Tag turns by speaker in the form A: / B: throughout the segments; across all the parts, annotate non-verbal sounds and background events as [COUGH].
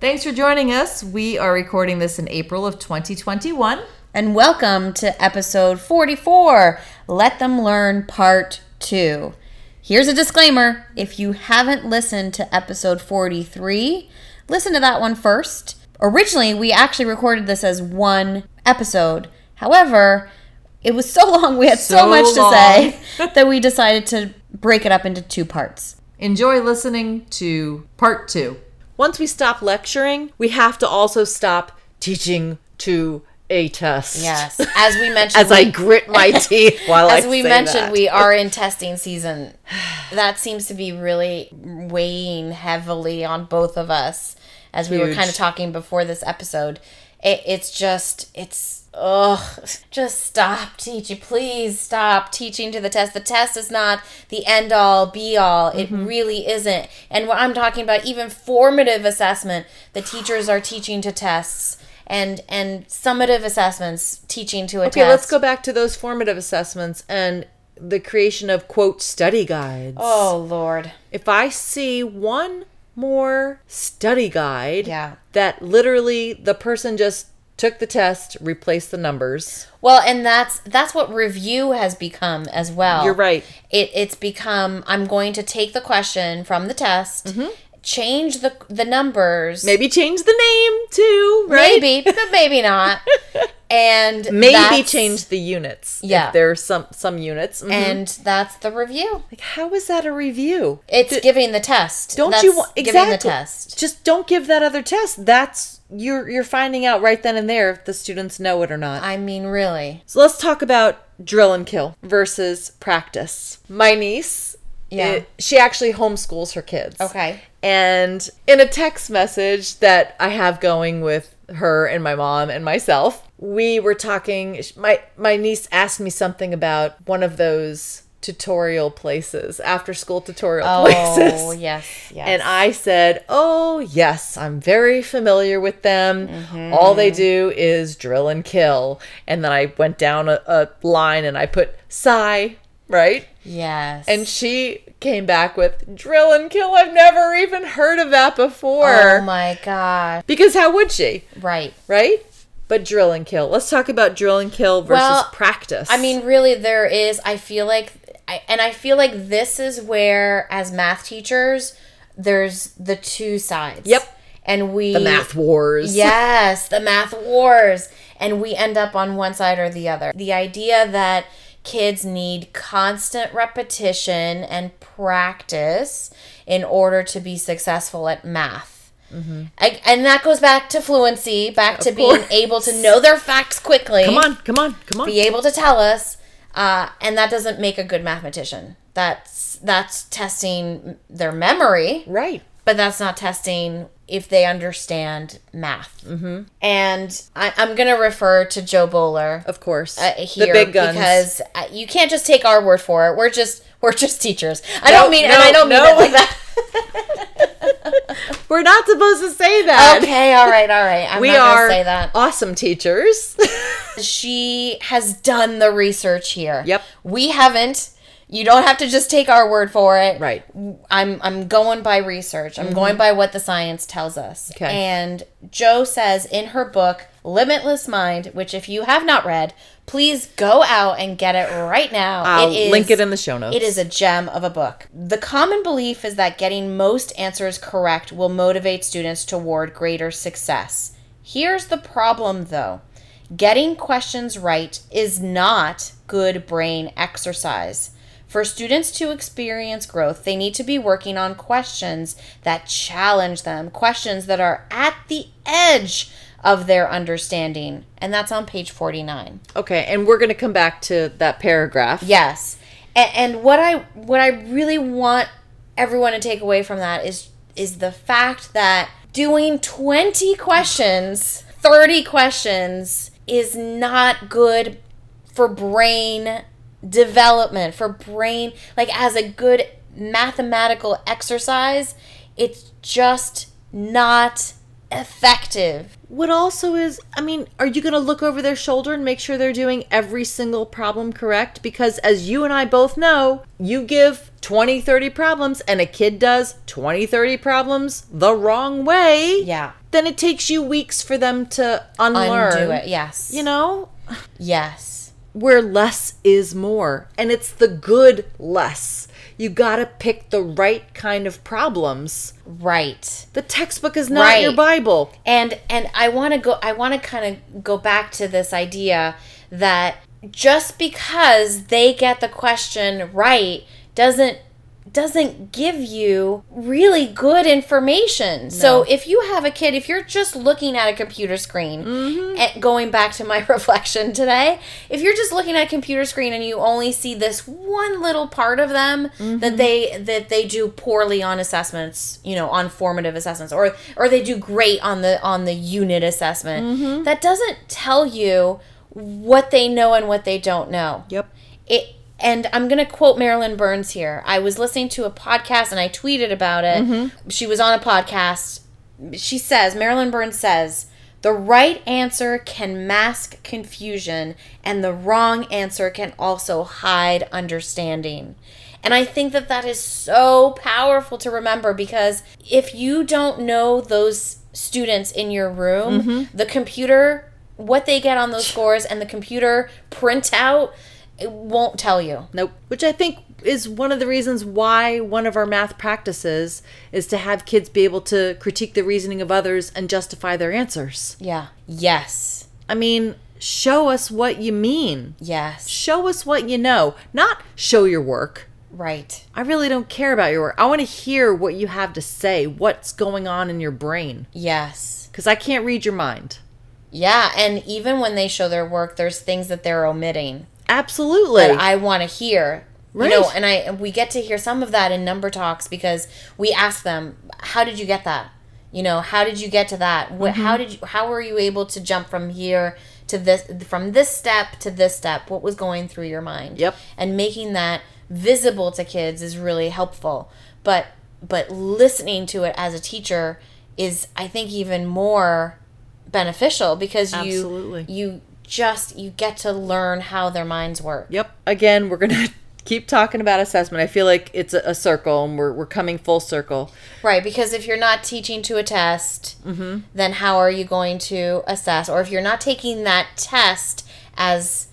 A: Thanks for joining us. We are recording this in April of 2021.
B: And welcome to episode 44 Let Them Learn Part 2. Here's a disclaimer if you haven't listened to episode 43, listen to that one first. Originally, we actually recorded this as one episode. However, it was so [LAUGHS] long, we had so,
A: So
B: much
A: long.
B: to say [LAUGHS] that we decided to break it up into two parts.
C: Enjoy listening to part two.
A: Once we stop lecturing, we have to also stop teaching to a test.
B: Yes. As we mentioned,
A: As I grit
B: [LAUGHS]
A: my teeth while
B: as
A: I
B: we
A: say
B: mentioned,
A: that. [LAUGHS]
B: we are in testing season. That seems to be really weighing heavily on both of us, as we were
A: Huge.
B: kind of talking before this episode. It, it's just, it's, ugh, just stop teaching. Please stop teaching to the test. The test is not the end all, be all.
A: Mm-hmm.
B: It really isn't. And what I'm talking about, even formative assessment, the teachers are teaching to tests. And, and summative assessments teaching to a test.
A: Okay, let's go back to those formative assessments and the creation of quote study guides.
B: Oh Lord.
A: If I see one more study guide
B: Yeah.
A: that literally the person just took the test, replaced the numbers.
B: Well, and that's that's what review has become as well.
A: You're right.
B: It it's become I'm going to take the question from the test, change the the numbers,
A: Mm-hmm. Maybe change the name too, right?
B: maybe, but maybe
A: [LAUGHS]
B: not, and
A: Maybe
B: that's-
A: change the units.
B: Yeah.
A: If there are some some units. Mhm.
B: And that's the review.
A: like how is that a review?
B: It's giving the test.
A: Don't
B: That's
A: you want
B: giving
A: exactly
B: the test?
A: Just don't give that other test. That's you're you're finding out right then and there if the students know it or not.
B: I mean,
A: [LAUGHS]
B: really?
A: So let's talk about drill and kill versus practice. My niece,
B: Yeah.
A: it- she actually homeschools her kids.
B: Okay.
A: And in a text message that I have going with her and my mom and myself, we were talking. sh- My my niece asked me something about one of those tutorial places, after school tutorial places. [LAUGHS]
B: Oh yes, yes.
A: And I said, Oh, yes, I'm very familiar with them.
B: Mm-hmm.
A: All they do is drill and kill. And then I went down a, a line and I put sigh, right?
B: yes.
A: And she came back with drill and kill. I've never even heard of that before.
B: oh my god!
A: because how would she,
B: Right.
A: right? But drill and kill. Let's talk about drill and kill versus
B: Well,
A: practice.
B: I mean, really, there is. I feel like, I, and I feel like this is where, as math teachers, there's the two sides.
A: Yep.
B: And we
A: the math wars. [LAUGHS]
B: Yes, the math wars. And we end up on one side or the other. The idea that kids need constant repetition and practice in order to be successful at math.
A: Mm-hmm.
B: I, and that goes back to fluency, back to being able to know their facts quickly
A: Come on, come on, come on.
B: be able to tell us, uh, and that doesn't make a good mathematician. That's that's testing their memory,
A: Right.
B: but that's not testing if they understand math. Mm-hmm. And I, I'm going to refer to Joe Bowler
A: Of course.
B: uh, here
A: the big guns.
B: because uh, you can't just take our word for it. We're just we're just teachers. I don't mean and
A: no,
B: I don't mean
A: no.
B: it like that.
A: [LAUGHS] We're not supposed to say that.
B: okay, all right, all right. I'm
A: we
B: not
A: are
B: gonna say that.
A: awesome teachers. [LAUGHS]
B: she has done the research here.
A: Yep.
B: We haven't. You don't have to just take our word for it.
A: Right. Mm-hmm.
B: I'm I'm going by research. I'm going by what the science tells us.
A: Okay.
B: And Joe says in her book Limitless Mind, which if you have not read, please go out and get it right now.
A: I'll
B: is-
A: link it in the show notes.
B: it is a gem of a book. The common belief is that getting most answers correct will motivate students toward greater success. Here's the problem, though getting questions right is not good brain exercise. For students to experience growth, they need to be working on questions that challenge them, questions that are at the edge of their understanding. And that's on page 49.
A: Okay, and we're going to come back to that paragraph.
B: Yes. And, and what I what I really want everyone to take away from that is is the fact that doing 20 questions, 30 questions is not good for brain development, for brain, like as a good mathematical exercise. It's just not effective.
A: What also is, I mean, are you going to look over their shoulder and make sure they're doing every single problem correct? Because as you and I both know, you give 20, 30 problems and a kid does 20, 30 problems the wrong way.
B: Yeah.
A: Then it takes you weeks for them to unlearn.
B: Undo it. Yes.
A: You know,
B: Yes.
A: where less is more and it's the good less. You got to pick the right kind of problems.
B: Right.
A: The textbook is not
B: Right.
A: your Bible.
B: and and i want to go i want to kind of go back to this idea that just because they get the question right doesn't doesn't give you really good information. So if you have a kid, if you're just looking at a computer screen, and going back to my [LAUGHS] reflection today, if you're just looking at a computer screen and you only see this one little part of them that they that they do poorly on assessments, you know, on formative assessments, or or they do great on the on the unit assessment, that doesn't tell you what they know and what they don't know
A: Yep.
B: it and I'm going to quote Marilyn Burns here. I was listening to a podcast and I tweeted about it. She was on a podcast. She says, Marilyn Burns says, the right answer can mask confusion and the wrong answer can also hide understanding. And I think that that is so powerful to remember because if you don't know those students in your room, the computer, what they get on those scores, and the computer printout, it won't tell you.
A: Nope. Which I think is one of the reasons why one of our math practices is to have kids be able to critique the reasoning of others and justify their answers.
B: Yeah. Yes.
A: I mean, show us what you mean.
B: Yes.
A: Show us what you know, not show your work.
B: Right.
A: I really don't care about your work. I want to hear what you have to say, what's going on in your brain,
B: Yes.
A: because I can't read your mind.
B: Yeah. And even when they show their work, there's things that they're omitting
A: Absolutely.
B: that I want to hear.
A: Right.
B: You know, and I we get to hear some of that in number talks because we ask them, "How did you get that? You know, how did you get to that? What,
A: Mm-hmm.
B: How did you? How were you able to jump from here to this? From this step to this step? What was going through your mind?
A: Yep.
B: And making that visible to kids is really helpful. But but listening to it as a teacher is, I think, even more beneficial because you
A: Absolutely.
B: you just you get to learn how their minds work.
A: Yep. Again, we're going to [LAUGHS] keep talking about assessment. I feel like it's a, a circle and we're, we're coming full circle.
B: Right, because if you're not teaching to a test,
A: Mm-hmm.
B: then how are you going to assess? Or if you're not taking that test as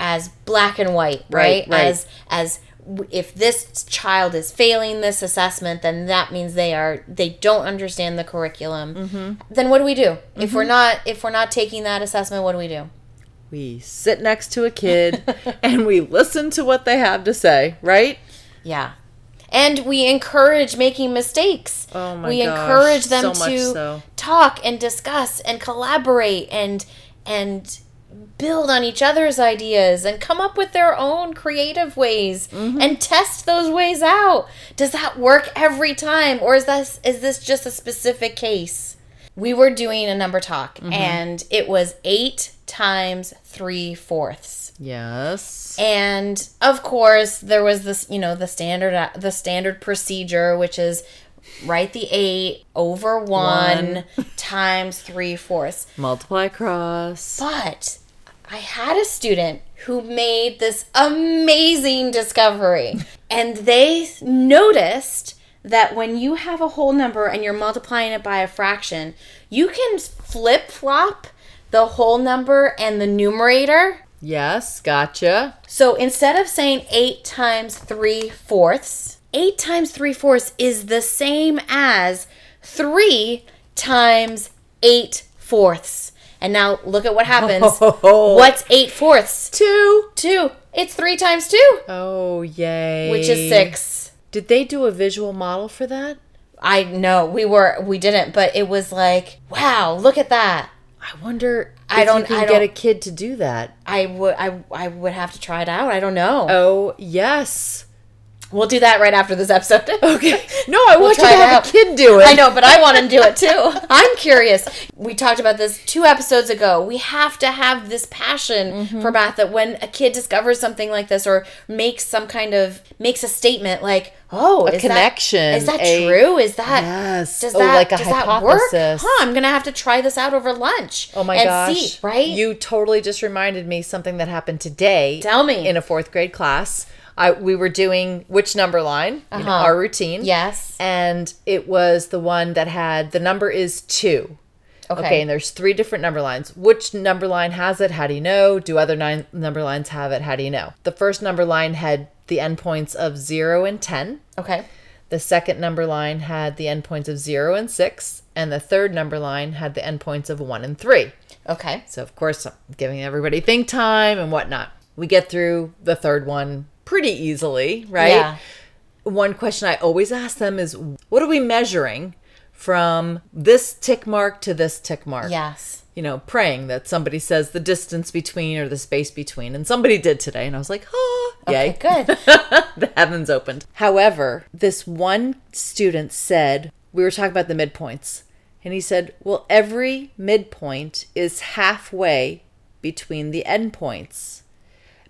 B: as black and white, right?
A: Right, right.
B: As as w- if this child is failing this assessment, then that means they are they don't understand the curriculum.
A: Mm-hmm.
B: Then what do we do if we're not if we're not taking that assessment? What do we do?
A: We sit next to a [LAUGHS] kid and we listen to what they have to say, right?
B: Yeah. And we encourage making mistakes.
A: Oh my
B: we
A: gosh,
B: encourage them
A: so much
B: to
A: so.
B: talk and discuss and collaborate and and build on each other's ideas and come up with their own creative ways and test those ways out. Does that work every time or is this is this just a specific case? We were doing a number talk and it was eight times three fourths.
A: Yes.
B: And of course, there was this, you know, the standard uh, the standard procedure, which is write the eight over one, times three fourths.
A: Multiply across.
B: But I had a student who made this amazing discovery, and they noticed that when you have a whole number and you're multiplying it by a fraction, you can flip flop the whole number and the numerator.
A: Yes, gotcha.
B: So instead of saying eight times three fourths, eight times three fourths is the same as three times eight fourths. And now look at what happens. What's eight fourths?
A: Two.
B: Two. It's three times two,
A: Oh, yay.
B: which is six.
A: Did they do a visual model for that?
B: I know we were we didn't, but it was like, wow, look at that.
A: I wonder
B: I
A: if
B: don't-
A: you can
B: I
A: get
B: don't-
A: a kid to do that.
B: I would I I would have to try it out. I don't know.
A: Oh, yes.
B: We'll do that right after this episode. [LAUGHS]
A: Okay. No, I want you to
B: try it
A: have
B: out.
A: a kid do it.
B: I know, but I want to do it too.
A: [LAUGHS]
B: I'm curious. We talked about this two episodes ago. We have to have this passion
A: Mm-hmm.
B: for math that when a kid discovers something like this or makes some kind of makes a statement like, "Oh, is that-
A: connection,
B: is that
A: a-
B: true? Is that
A: Yes.
B: Does
A: Oh,
B: that
A: like a
B: does that work?
A: hypothesis.
B: Huh? I'm gonna have to try this out over lunch.
A: Oh my
B: and
A: gosh.
B: see, right?
A: You totally just reminded me something that happened today.
B: Tell me.
A: In a fourth grade class. I, we were doing which number line, you know,
B: Uh-huh.
A: our routine.
B: yes.
A: And it was the one that had the number is two.
B: Okay.
A: Okay, and there's three different number lines. Which number line has it? How do you know? Do other nine number lines have it? How do you know? The first number line had the endpoints of 0 and 10.
B: okay.
A: The second number line had the endpoints of 0 and 6, and the third number line had the endpoints of 1 and 3.
B: Okay.
A: So, of course, I'm giving everybody think time and whatnot. We get through the third one pretty easily, right?
B: Yeah.
A: One question I always ask them is what are we measuring from this tick mark to this tick mark?
B: Yes.
A: you know, praying that somebody says the distance between or the space between. And somebody did today. And I was like, ah, yay. [LAUGHS]
B: Good.
A: the heavens opened. However, this one student said, we were talking about the midpoints. And he said, well, every midpoint is halfway between the endpoints,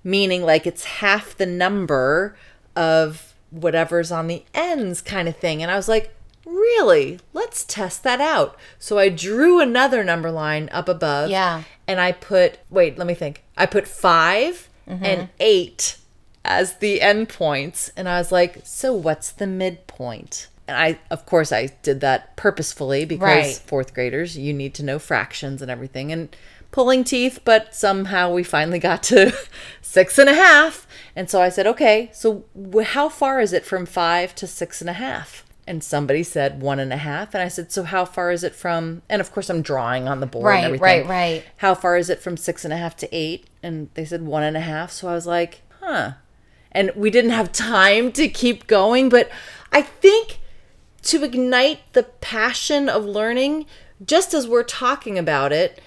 A: meaning like it's half the number of whatever's on the ends kind of thing. And I was like, really? Let's test that out. So I drew another number line up above.
B: Yeah.
A: And I put, wait, let me think. I put 5 and eight as the endpoints. And I was like, so what's the midpoint? And I, of course, I did that purposefully because
B: Right.
A: fourth graders, you need to know fractions and everything and pulling teeth. But somehow we finally got to [LAUGHS] six and a half. And so I said, okay, so wh- how far is it from five to six and a half? And somebody said one and a half. And I said, so how far is it from, and of course I'm drawing on the board and
B: Right,
A: everything
B: right, right.
A: how far is it from six and a half to eight? And they said one and a half. So I was like, huh. And we didn't have time to keep going. But I think to ignite the passion of learning, just as we're talking about it,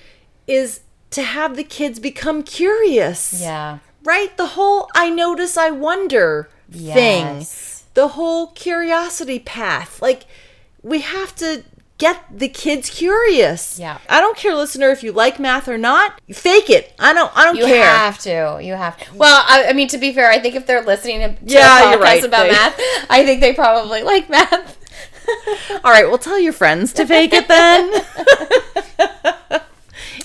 A: is to have the kids become curious.
B: Yeah.
A: Right? The whole I notice, I wonder thing.
B: Yes.
A: The whole curiosity path. Like, we have to get the kids curious.
B: Yeah.
A: I don't care, listener, if you like math or not. Fake it. I don't. I don't
B: You
A: care.
B: have to. You have. Well, I, I mean, to be fair, I think if they're listening to
A: Yeah,
B: yeah,
A: you're
B: podcasts
A: right.
B: about
A: They-
B: math, I think they probably like math. [LAUGHS]
A: All right. Well, tell your friends to fake it
B: [LAUGHS]
A: then. [LAUGHS]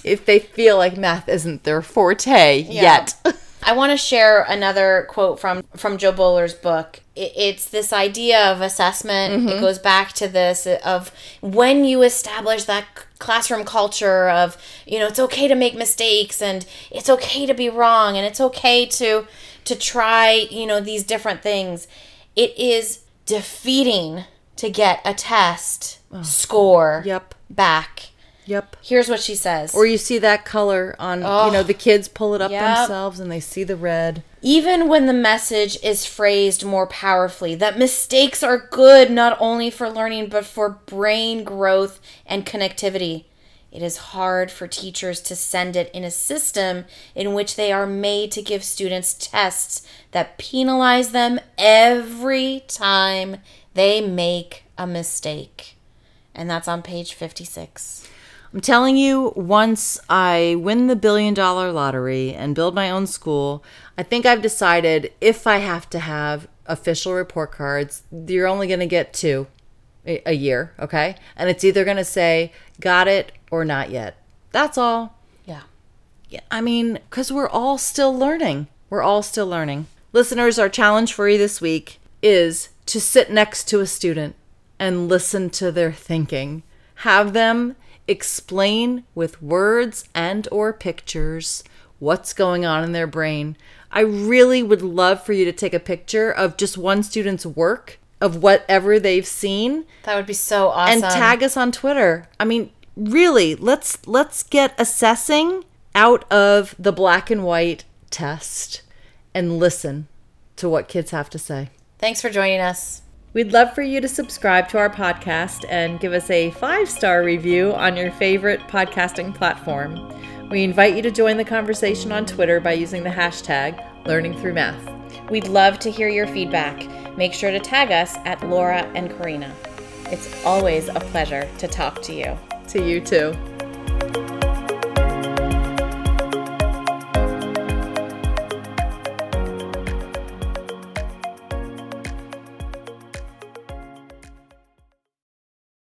A: if they feel like math isn't their forte yet.
B: [LAUGHS] I want to share another quote from from Joe Bowler's book. I- It's this idea of assessment.
A: Mm-hmm.
B: It goes back to this of when you establish that c- classroom culture of, you know, it's okay to make mistakes and it's okay to be wrong and it's okay to to try, you know, these different things. It is defeating to get a test score
A: Yep.
B: back.
A: Yep.
B: Here's what she says.
A: Or you see that color on, you know, the kids pull it up
B: Yep.
A: themselves and they see the red.
B: even when the message is phrased more powerfully that mistakes are good not only for learning but for brain growth and connectivity it is hard for teachers to send it in a system in which they are made to give students tests that penalize them every time they make a mistake and that's on page 56
A: I'm telling you, once I win the billion dollar lottery and build my own school, I think I've decided if I have to have official report cards, you're only going to get two a a year, okay? And it's either going to say got it or not yet. That's all.
B: yeah
A: Yeah, I mean, because we're all still learning. We're all still learning. Listeners, our challenge for you this week is to sit next to a student and listen to their thinking. Have them explain with words and or pictures what's going on in their brain. I really would love for you to take a picture of just one student's work of whatever they've seen
B: that would be so awesome
A: and tag us on Twitter. I mean, really, let's let's get assessing out of the black and white test and listen to what kids have to say.
B: thanks for joining us
A: We'd love for you to subscribe to our podcast and give us a five star review on your favorite podcasting platform. We invite you to join the conversation on Twitter by using the hashtag learning through math.
B: We'd love to hear your feedback. Make sure to tag us at Laura and Karina. It's always a pleasure to talk to you.
A: To you too.